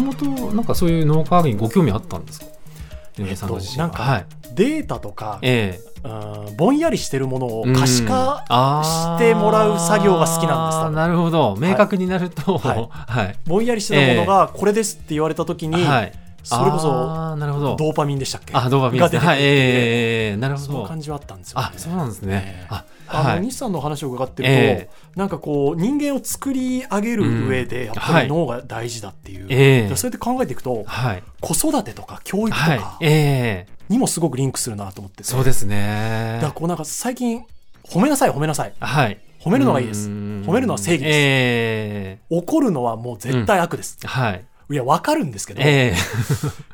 もとなんかそういう脳科学にご興味あったんですか井上さんご自身は、えっとなんかはいデータとか、えうんぼんやりしてるものをえ、可視化してもらう作業が好きなんです多あー分なるほど明確になるとははい い、はいぼんやりしてるものがこれですって言われた時に、それこそあーなるほどドーパミンでしたっけあドーパミンがですね出てくるはいっえていうえええなるほそのど感じはあったんですよ、ねあ、そうなんですね。あ、あはのい。西さんの話を伺ってると、えなんかこう人間を作り上げる上でやっぱり脳が大事だっていう、ええそうやって考えていくとはい。子育てとか教育とはい。かええにもすごくリンクするなと思ってて、そうですねだから。こうなんか最近褒めなさい褒めなさいはい。褒めるのがいいです褒褒めるのは正義ですえ怒るのはもう絶対悪です、えはい。いや分かるんですけど、え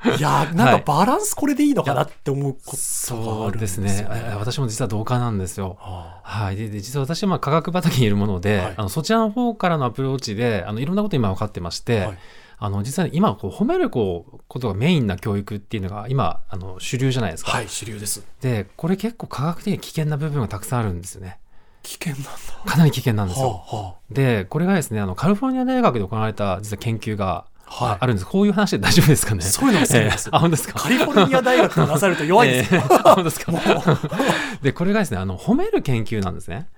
えいやーなんかバランスこれでいいのかなって思うことがそあうるでんですすよ、ね。え私も実は同感なんですよ。あはい、でで実は私はまあ科学畑にいるもので、はいあのそちらの方からのアプローチであのいろんなこと今分かってまして、はいあの実は今こう褒めるこうことがメインな教育っていうのが今あの主流じゃないですーか、はい主流ですでこれ結構科学的に危険な部分がたくさんあるんですよね危険なんだかなり危険なんですよ、はあはでこれがですねあのカリフォルニア大学で行われた実は研究があはいあるんです、こういう話で大丈夫ですかねそういうのが好きなんですよ ええあ本当ですかカリフォルニア大学となさると弱い ですよ、え えあ本当ですかもう でこれがですねあの褒める研究なんですね。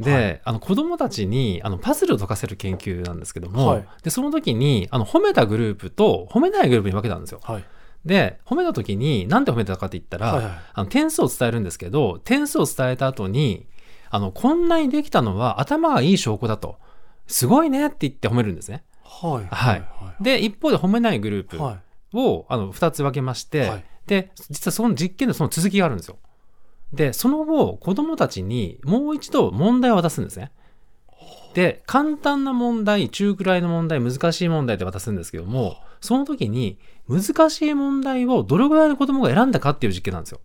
で、はあの子供たちにあのパズルを解かせる研究なんですけども、はいでその時にあの褒めたグループと褒めないグループに分けたんですよ。はいで褒めた時に何で褒めたかって言ったら、はいはいあの点数を伝えるんですけど点数を伝えた後にあのこんなにできたのは頭がいい証拠だとすごいねって言って褒めるんですね。はいはいで一方で褒めないグループを、はあの2つ分けまして、はいで実はその実験のその続きがあるんですよ。でその後子どもたちにもう一度問題を渡すんですね。で簡単な問題中くらいの問題難しい問題で渡すんですけどもその時に難しい問題をどれぐらいの子どもが選んだかっていう実験なんですよ。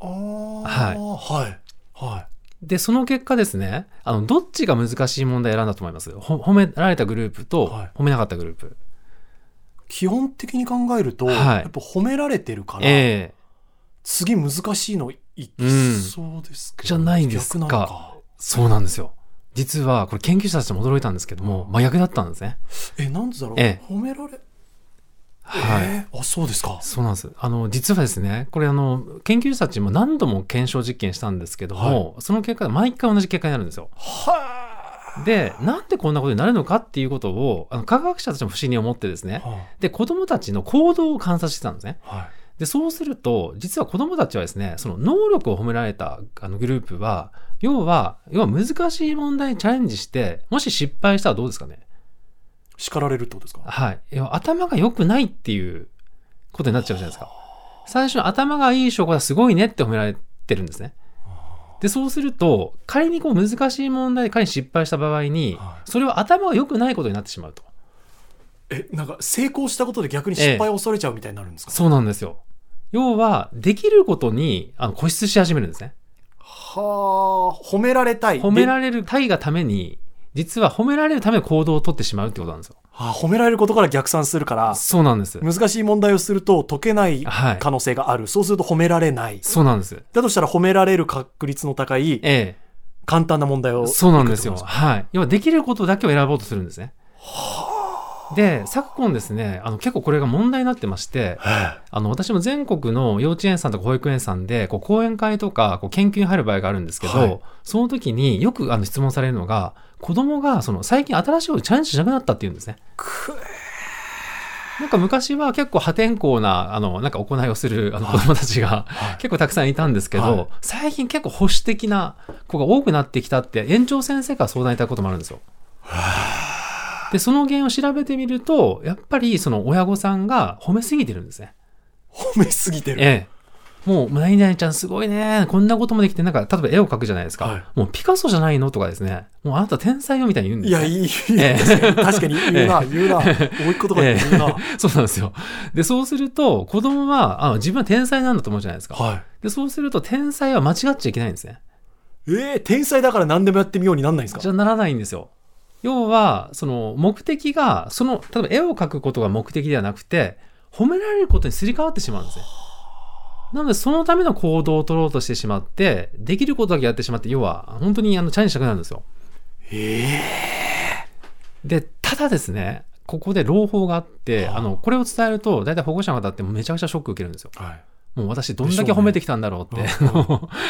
あーはいはいはでその結果ですねあのどっちが難しい問題を選んだと思いますほ褒められたグループとはい褒めなかったグループ。い基本的に考えると、はいやっぱ褒められてるから、ええ次難しいのいきそうですけど、うんじゃないですか逆なのかそうなんですよ。実はこれ研究者たちも驚いたんですけども真逆だったんですね。えなんでだろう、え褒められはい、えーあそうですかそうなんですあの実はですねこれあの研究者たちも何度も検証実験したんですけども、その結果毎回同じ結果になるんですよ。はでなんでこんなことになるのかっていうことをあの科学者たちも不思議に思ってですあねはで子どもたちの行動を観察してたんですね。あはいでそうすると実は子どもたちはですねその能力を褒められたあのグループは要は要は難しい問題にチャレンジしてもし失敗したらどうですかね叱られるってことですかはい要は頭が良くないっていうことになっちゃうじゃないですか最初の頭がいい証拠はすごいねって褒められてるんですねでそうすると仮にこう難しい問題で仮に失敗した場合にはいそれは頭が良くないことになってしまうとえなんか成功したことで逆に失敗を恐れちゃうみたいになるんですか、そうなんですよ要はできることにあの固執し始めるんですねはあ褒められたい褒められ、れるたいがために実は褒められるための行動をとってしまうってことなんですよはあ、褒められることから逆算するからそうなんです難しい問題をすると解けないはい可能性がある、そうすると褒められないそうなんですだとしたら褒められる確率の高いえ簡単な問題えをそうなんですよいくってこはい要はできることだけを選ぼうとするんですねで昨今ですねあの結構これが問題になってましてとですかあの私も全国の幼稚園さんとか保育園さんでこう講演会とかこう研究に入る場合があるんですけど、はいその時によくあの質問されるのが子供がその最近新しいことにチャレンジしなくなったっていうんですね。くなんか昔は結構破天荒なあのなんか行いをするあの子供たちが、はい結構たくさんいたんですけど、はい最近結構保守的な子が多くなってきたって園長先生から相談いただくこともあるんですよ。でその原因を調べてみるとやっぱりその親御さんが褒めすぎてるんですね。 褒めすぎてる、ええ。もう、何々ちゃんすごいね。こんなこともできて、なんか、例えば絵を描くじゃないですか。はいもうピカソじゃないのとかですね。もうあなた天才よみたいに言うんでいすよやいい、ええ確かに言うな、言うな多いことが言うな、 そうなんですよ。で、そうすると、子供は、あ自分は天才なんだと思うじゃないですか。はいで、そうすると、天才は間違っちゃいけないんですね。えー、天才だから何でもやってみようになんないんですかじゃならないんですよ。要は、その、目的が、その、例えば絵を描くことが目的ではなくて、褒められることにすり替わってしまうんですね。なので、そのための行動を取ろうとしてしまって、できることだけやってしまって、要は、本当にあのチャレンジしたくなるんですよ。ええで、ただですね、ここで朗報があって、はああの、これを伝えると、大体保護者の方ってめちゃくちゃショック受けるんですよ。はい。もう私どんだけ褒めてきたんだろうって、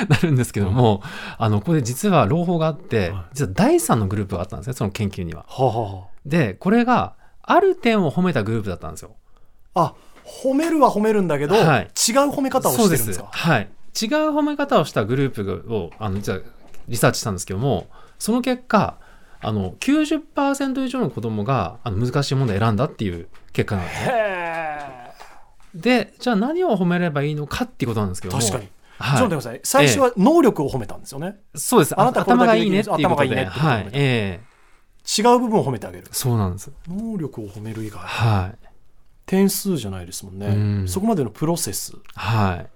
なるんですけども、あの、ここで実は朗報があっては、実は第3のグループがあったんですね、その研究には。はあはで、これが、ある点を褒めたグループだったんですよ。あ。あ、褒めるは褒めるんだけど、はい違う褒め方をしてそるうんでですす。か。はい。違う褒め方をしたグループを、あの、実はリサーチしたんですけども、その結果、あの、90%以上の子供が、あの、難しい問題を選んだっていう結果なんです。へで、じゃあ何を褒めればいいのかっていうことなんですけえ。ども。確かに。はいちょっと待ってください。最初は能力を褒めたんですよね。そうです。あなたこれ頭だがけいでいねきるんでっすていうことで。頭がいいねってことはだい。ええ違う部分を褒めてあげる。そうなんです。能力を褒める以外。はい。点数じゃないですもんね。うんそこまでのプロセス。はい。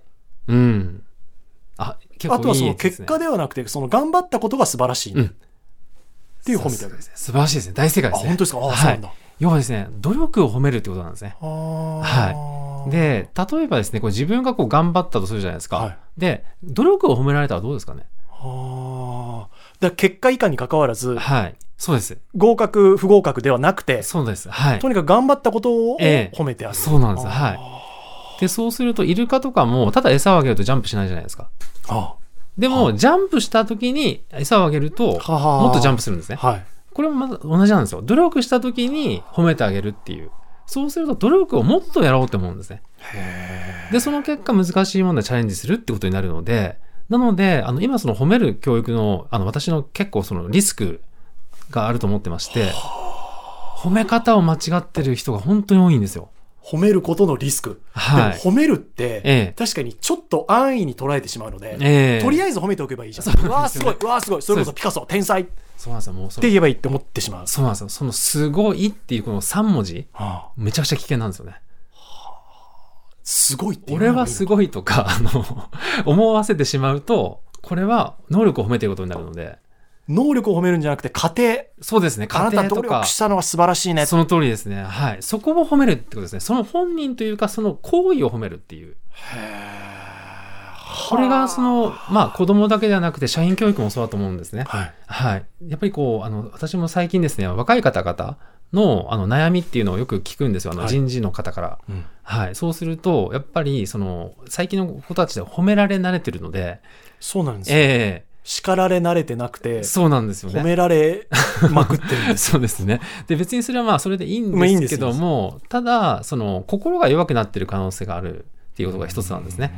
うん。あ、結構いいあとはそのやつです結ね果ではなくて、その頑張ったことが素晴らしいね、うんっていう褒めてあげる。素晴らしいですね。大正解あ、ですね。本当ですかあ、はいそうなんだ。要はですね、努力を褒めるってことなんですね。はで、例えばですね、こう自分がこう頑張ったとするじゃないですか。はいで、努力を褒められたらどうですかね。あーだから結果以下に関わらず、はい。そうです。合格、不合格ではなくて、そうです。はいと。にかく頑張ったことをええ褒めてあげる。そうなんです。あーはい。で、そうすると、イルカとかも、ただ餌をあげるとジャンプしないじゃないですか。あでも、ジャンプした時に餌をあげると、ははもっとジャンプするんですね。はい。これもまだ同じなんですよ。努力した時に褒めてあげるっていう。そうすると、努力をもっとやろうって思うんですね。へで、その結果難しい問題チャレンジするってことになるので、なので、あの、今その褒める教育の、あの、私の結構そのリスクがあると思ってまして、褒め方を間違ってる人が本当に多いんですよ。褒めることのリスク。はいでも褒めるって、ええ確かにちょっと安易に捉えてしまうので、ええとりあえず褒めておけばいいじゃん。そううなわんであすよすごねい、うわあすごい、それそこそうピカソ、天才ってそうなんですよ。もうその言えばいいって思ってしまう。そうなんですよ。そのすごいっていうこの3文字、はあめちゃくちゃ危険なんですよね。すごいって言俺はすごい。ごいとか、あの、思わせてしまうと、これは能力を褒めてることになるので、能力を褒めるんじゃなくて、家庭。そうですね、あ家なた庭努とか力。したのは素晴らしいね。その通りですね。はい。そこを褒めるってことですね。その本人というか、その行為を褒めるっていう。これが、その、まあ、子供だけではなくて、社員教育もそうだと思うんですね。はい。はい。やっぱりこう、あの、私も最近ですね、若い方々の、あの、悩みっていうのをよく聞くんですよ。あの、はい人事の方から。うんはい。そうすると、やっぱり、その、最近の子たちで褒められ慣れてるので、そうなんですよ。え叱られ慣れてなくえて、そうなんですよね褒。められまくってるんです。 そうですね。で、別にそれはまあ、それでいいんまあいいんでですすけども、ただ、その、心が弱くなってる可能性があるっていうことが一つなんですね。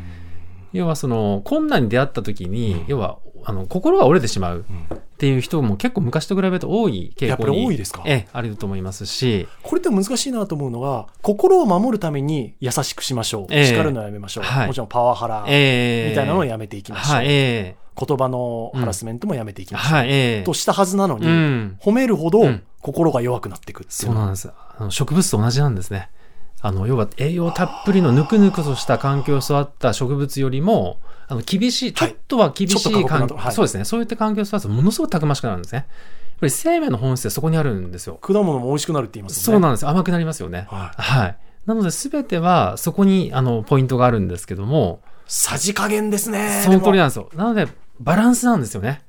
要は、その、困難に出会った時に、要は、あの、心が折れてしまうっていう人も結構昔と比べると多い傾向に。やっぱり多いですかええ、あると思いますし、これって難しいなと思うのが、心を守るために優しくしましょう。ええ叱るのはやめましょう。はいもちろんパワハラみええ。たいなのをややめていきましょう。はい、え言葉のハラスメントもやめていきえ。ましょう。はい、ええ。としたはずなのに、うん。褒めるほどうん心が弱くなっていくっていそううのなんです。あの植物と同じなんですね。あの要は栄養たっぷりのぬくぬくとした環境を育った植物よりもあの厳しいちょはいっとは厳しちょっいと過酷な環と境、はいそうですねそういった環境を育つとものすごくたくましくなるんですね。やっぱり生命の本質ってそこにあるんですよ。果物も美味しくなるって言いますそもうんね。なんです甘くなりますよね。はいはい。なので全てはそこにあのポイントがあるんですけどもさじ加減ですね。その通りでもなんですよ。なのでバランスなんですよね。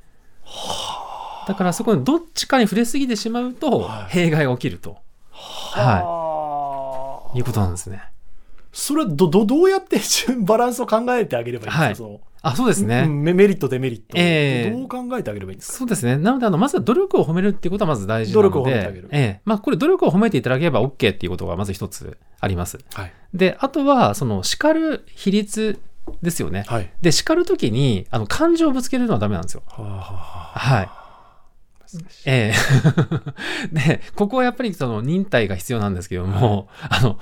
だからそこにどっちかに触れすぎてしまうとはい弊害が起きると、は、はいいうことなんですね。それはどどどうやってバランスを考えてあげればいいんですか、はいそのあそうですね。うんメメリットデメリット、ええどう考えてあげればいいんですかそうですね。なので、あの、まずは努力を褒めるっていうことはまず大事なので。努力を褒めてあげるええ。まあ、これ努力を褒めていただければ OK っていうことがまず一つあります。はい、で、あとは、その、叱る比率ですよね。はいで、叱るときに、あの、感情をぶつけるのはダメなんですよ。はあはあはあはい。え えで、ここはやっぱりその忍耐が必要なんですけども、あの、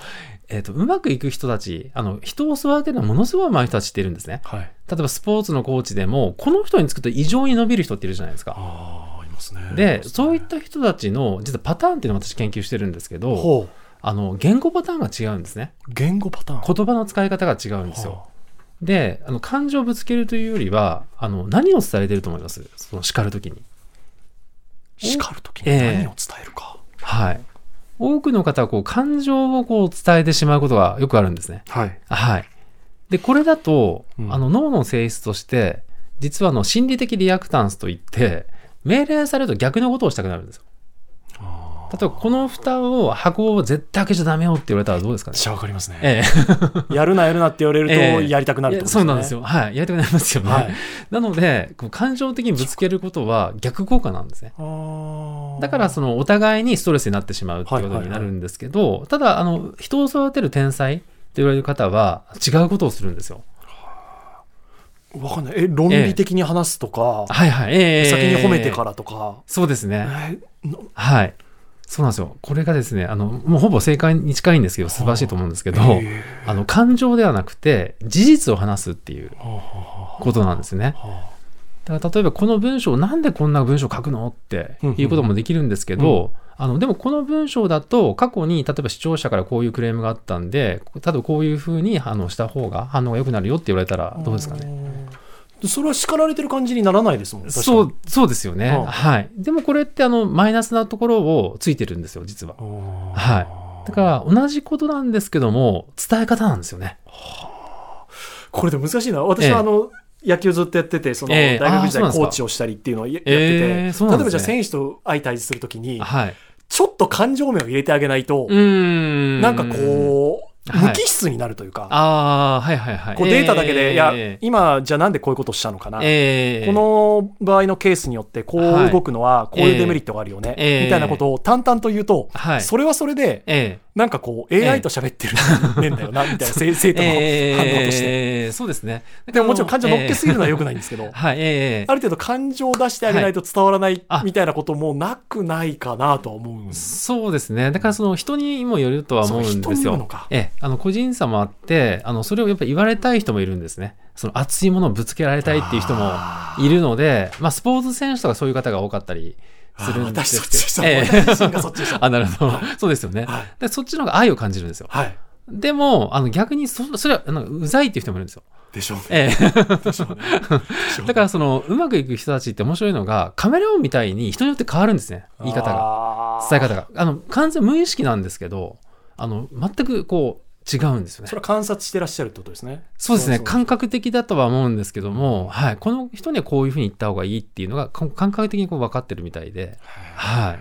えっ、と、うまくいく人たち、あの、人を育てるのはものすごい上手い人たちっているんですね。はい例えばスポーツのコーチでも、この人につくと異常に伸びる人っているじゃないですか。ああいますねで、そういっった人たちの、実はパターンっていうのを私研究してるんですけど、ほうあの、言語パターンが違うんですね。言語パターン言葉の使い方が違うんですよ。はで、あの、感情をぶつけるというよりは、あの、何を伝えてると思いますその叱るときに。あ叱るときえにえ何を伝えるか、はい。多くの方は、こう、感情をこう、伝えてしまうことがよくあるんですね。はいはい。で、これだと、うんあの、脳の性質として、実はあの、心理的リアクタンスといって、命令されると逆のことをしたくなるんですよ。例えばこの蓋を箱を絶対開けちゃダメよって言われたらどうですかねじゃあわかりますね。 えやるなやるなって言われると、ええやりたくえなるってことですそね。うなんです。よ。はい。やりたくなりますよね。はい。なので、こう感情的にぶつけることは逆効果なんですね。あーだから、その、お互いにストレスになってしまうっていうことになるんですけど、ただ、あの、人を育てる天才って言われる方は、違うことをするんですよ。わかんない。え、論理的に話すとか、はいはい。ええ。先に褒めてかららとか。そうですえね。ーなはい。そうなんですよ。これがですね、あの、もうほぼ正解に近いんですけど、素晴らしいと思うんですけど、えあの、感情ではなくて、事実を話すっていうーはあはことなんですね。あはあはあだから例えばこの文章なんでこんな文章書くのっていうこともできるんですけど、あのでもこの文章だと過去に例えば視聴者からこういうクレームがあったんで例えばこういうふうに反応した方が反応が良くなるよって言われたらどうですかね。ね。それは叱られてる感じにならないですもんね。そ確うそうですよね、うんはい。でもこれってあのマイナスなところをついてるんですよ実はか。に。はい。だから同じことなんですけども伝え方なんですよね。これでも難しいな。私ええはあの、野球ずっとやってて、その、ええ大学時あーそうなんで代すコかーチをしたりっていうのをややってて、ええそうな例えんですねばじゃあ選手と相対峙するときに、はい。ちょっと感情面を入れてあげないと、うーん。なんかこう、はい無機質になるというか、ああはいはいはい。こうデータだけで、えいやえ、今、じゃあなんでこういうことしたのかな、ええこの場合のケースによって、こはうい動くのは、こういうデメリットがあるよね、ええみたいなことを淡々と言うと、はい。それはそれで、えなんかこう、え AI と喋ってるねんだよな、みたいな、せ 生え徒の反応として。ええそうですね。でももちろん感情乗っけすぎるのは良くないんですけどええ、はい、ええ ある程度感情を出してあげないと伝わらないあみたいなこともなくないかなとは思うんです。そうですね。だからその人にもよるとは思うんそうで人にすよるのよか。ええ、あの個人差もあって、あのそれをやっぱり言われたい人もいるんですね。その熱いものをぶつけられたいっていう人もあーいるので、まあスポーツ選手とかそういう方が多かったりするんで私すそっちでした。けど。え私自身がそっちでしえ た。あ、なるほど。そうですよね。はい。で、そっちの方が愛を感じるんですよ。はい。でも、あの逆にそ、それは、あのうざいっていう人もいるんですよ。でしょうね。ええ。でしょうね。でしょうねだからそのうまくいく人たちって面白いのがカメレオンみたいに人によって変わるんですね言い方がが伝え方があの完全無意識なんですけどあの全くこう違うんですよねそれは観察してらっしゃるってことですね。そうですねう感覚的だとは思うんですけども、はい、この人にはこういうふうに言った方がいいっていうのがこう感覚的にこう分かってるみたいではい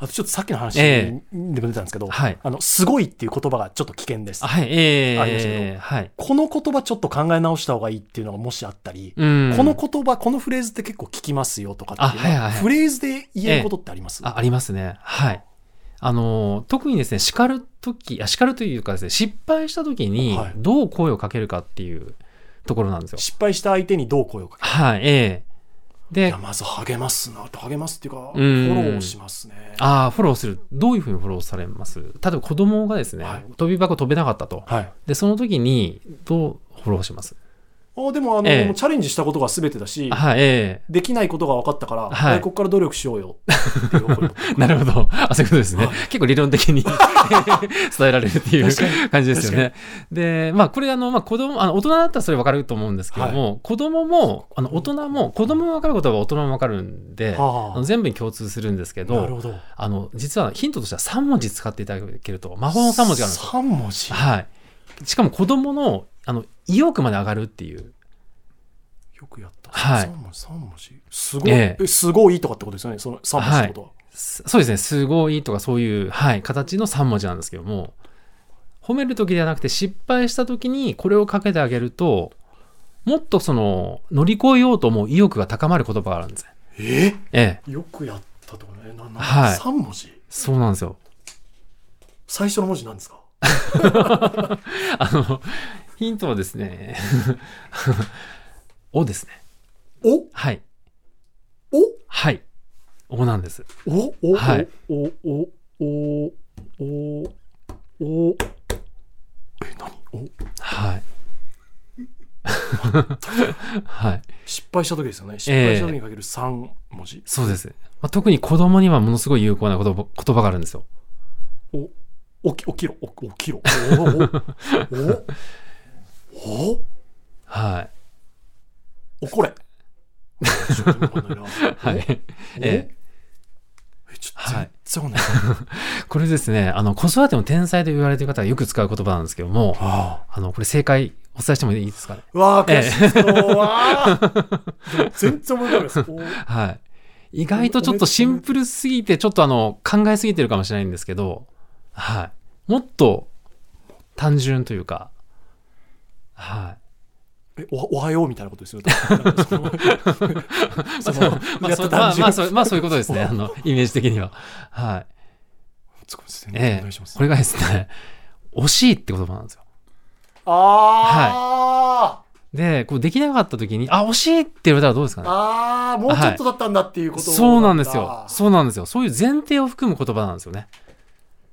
あとちょっとさっきの話でえも出てたんですけど、はいあの、すごいっていう言葉がちょっと危険ですあ。はいありますけえー、はい、この言葉ちょっと考え直した方がいいっていうのがもしあったり、うんこの言葉、このフレーズって結構聞きますよとかっていうあはのは、いはいはいフレーズで言えることってあります、あありますねはいあの特にですね叱る時あ叱るというかですね失敗した時にはいどう声をかけるかっていうところなんですよ失敗した相手にどう声をかけるはい、ええ。いでや、まず励ますな励ますっていうか、フうんォローしますね。ああ、フォローする。どういうふうにフォローされます例えば子供がですね、はい飛び箱飛べなかったと。はい、で、その時に、どうフォローしますあでもあの、ええチャレンジしたことが全てだし、はい、えできないことが分かったから、はいはいここから努力しようよっていうことえ。 なるほど。あ、そういうことですね。はい結構理論 的に伝えられるっていう確か感じですよね。で、まあ、これ、あの、まあ、子供、あの、大人だったらそれ分かると思うんですけども、子供も、あの、大人も、子供も分かることは大人も分かるんで、 はああの全部に共通するんですけなるど、ほど。あの、実はヒントとしては3文字使っていただけると、魔法の3文字があるんですよ3文字。はい。しかも子供の、あの、意欲まで上がるっていう。よくやった。はい3文字、3文字。すごい、えええすごいとかってことですよね、その3文字ってことは。すそうですね、すごいとかそういう、はい、形の3文字なんですけども、褒める時ではなくて失敗した時にこれをかけてあげると、もっとその、乗り越えようと思う意欲が高まる言葉があるんですね。えええ、よくやったとかね、ななはい3文字そうなんですよ。最初の文字なんですかあの、ヒントはですね、 おですね。おはい。おはい。おなんです。おお、はいおおおおおえ何おはい。 はい。失敗した時ですよね失敗した時にかける三文字、そうです。まあ、特に子供にはものすごい有効な言葉言葉があるんですよ。おき起きろお起きろおおおおはい。おこれちょっとわかんないな はい。おええちょっとはい全然わかんないこれですね、あの、子育ての天才と言われている方がよく使う言葉なんですけども、あ あの、これ正解お伝えしてもいいですかね。あわあええ悔しいそうわあでも全然思い浮かばないですおはい。意外とちょっとシンプルすぎて、ちょっとあの、考えすぎてるかもしれないんですけど、はい。もっと単純というか、はい。えおおはようみたいなことですよ。なんかそのそのまあ、やっそうとまあ単純まあそうまあそういうことですね。あの、イメージ的には。はい。つくですねおえ願いしまえ、す。これがですね、惜しいって言葉なんですよ。あー、で、こうできなかった時に、あ、惜しいって言われたらどうですかね。あーもうちょっとだったんだっていうことそうなんですよ。う。そうなんですよ。そういう前提を含む言葉なんですよね。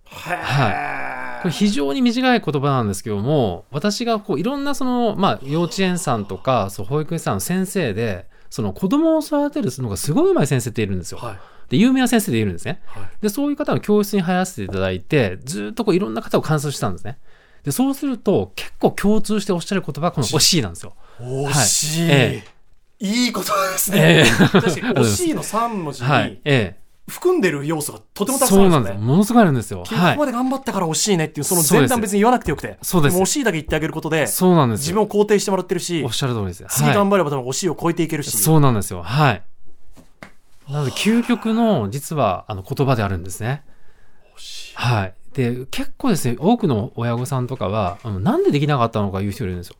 はこれ非常に短い言葉なんですけども、私がこういろんなその、まあ、幼稚園さんとか、そう保育園さんの先生で、その子供を育てるのがすごい上手い先生っているんですよ。はい。で、有名な先生でいるんですね。はいで、そういう方の教室に入らせていただいて、ずっとこういろんな方を観察したんですね。で、そうすると、結構共通しておっしゃる言葉がこの惜しいなんですよ。惜しい、えいいことですええね。確かに惜しいの三文字はいに。ええ。含んでる要素がとてもたくさんあそるうんでなんすね。ですよ。ものすごいあるんですよ。こはこまで頑張ったから惜しいねっていう、そのそうで前す段別に言わなくてよくて。そうですも惜しいだけ言ってあげることでい。、そうなんです自よ。分を肯定してもらってるしおっ、しゃる通りです。次はい。頑張れば多分惜しいを超えていけるし。そうなんですよ。はい。なので、究極の、実は、あの、言葉であるんですね。惜しいはい。で、結構ですね、多くの親御さんとかは、あのなんでできなかったのか言う人いるんですよ。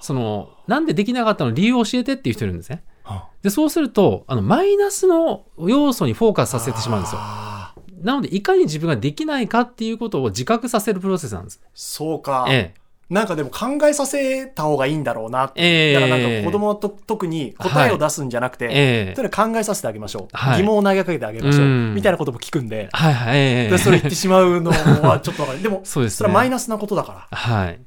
その、なんでできなかったの理由を教えてっていう人いるんですね。はで、そうすると、あの、マイナスの要素にフォーカスさせてしまうんですよ。あーなので、いかに自分ができないかっていうことを自覚させるプロセスなんです。そうか。ええ。なんかでも考えさせた方がいいんだろうなって。ええだからなんか子供はと特に答えを出すんじゃなくて、えとえ。にかく考えさせてあげましょう、はい疑問を投げかけてあげましょう、うんみたいなことも聞く んで、はいはい。ええでそれ言ってしまうのはちょっとわかるでもそうですそね。れはマイナスなことだからはい。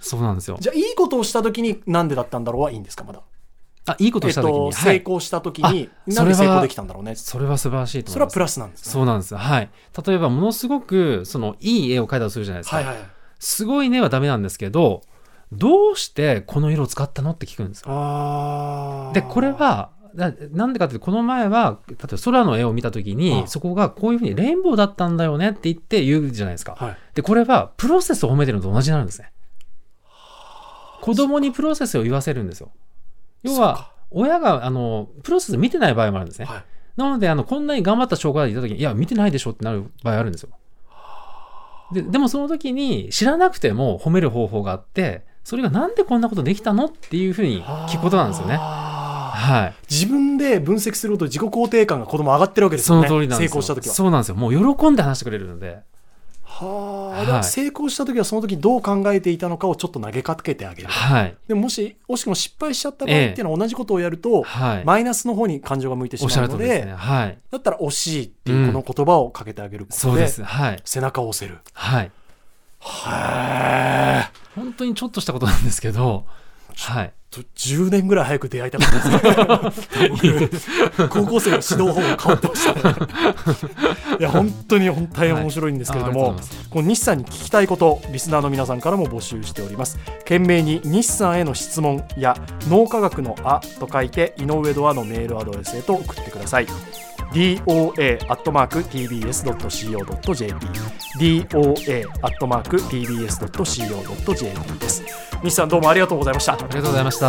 そうなんですよ。じゃあいいことをした時になんでだったんだろうはいいんですかまだあ、いいことえをっしたときに、と、は成い。功した時にあなんでそ成れは功できたんだろうねそれは素晴らしいとそ思いれはます。プラスなんですねそうなんです。はい。例えば、ものすごく、その、いい絵を描いたとするじゃないですか。はいはいはいすごいねはダメなんですけど、どうしてこの色を使ったのって聞くんですよ。あーで、これは、ななんでかっていうとこの前は、例えば空の絵を見たときに、うんそこがこういうふうにレインボーだったんだよねって言って言うじゃないですか。はいで、これはプロセスを褒めてるのと同じになるんですね。子供にプロセスを言わせるんですよ。要そうはか、親が、あの、プロセス見てない場合もあるんですね。はいなので、あの、こんなに頑張った証拠がいたときに、いや、見てないでしょってなる場合あるんですよ。で、でもその時に、知らなくても褒める方法があって、それがなんでこんなことできたのっていうふうに聞くことなんですよね。あはー自分で分析することで自己肯定感が子供上がってるわけい。ですそよのね通りなんですよ。成功した時はそうなんですよ。もう喜んで話してくれるので。ははあ、いだから成功した時はその時どう考えていたのかをちょっと投げかけてあげる。はい。でももし、惜しくも失敗しちゃった場合っていうのは同じことをやると、はい。マイナスの方に感情が向いてしおっしゃまうるのとでりですね。はい。だったら惜しいっていうこの言葉をかけてあげることで,、そうです。はい。背中を押せる。はい。へえ。本当にちょっとしたことなんですけど、はい。と10年ぐらい早く出会いたかった ですね僕高校生の指導法が変わってましたねいや本当に本当に面白いんですけれどはいあも、ありがとうございこの西さんに聞きたいことリスナーの皆さんからも募集しております懸命に西さんへの質問や脳科学のあと書いて井上ドアのメールアドレスへと送ってください doa.tbs.co.jp doa.tbs.co.jp です西さんどうもありがとうございましたありがとうございました。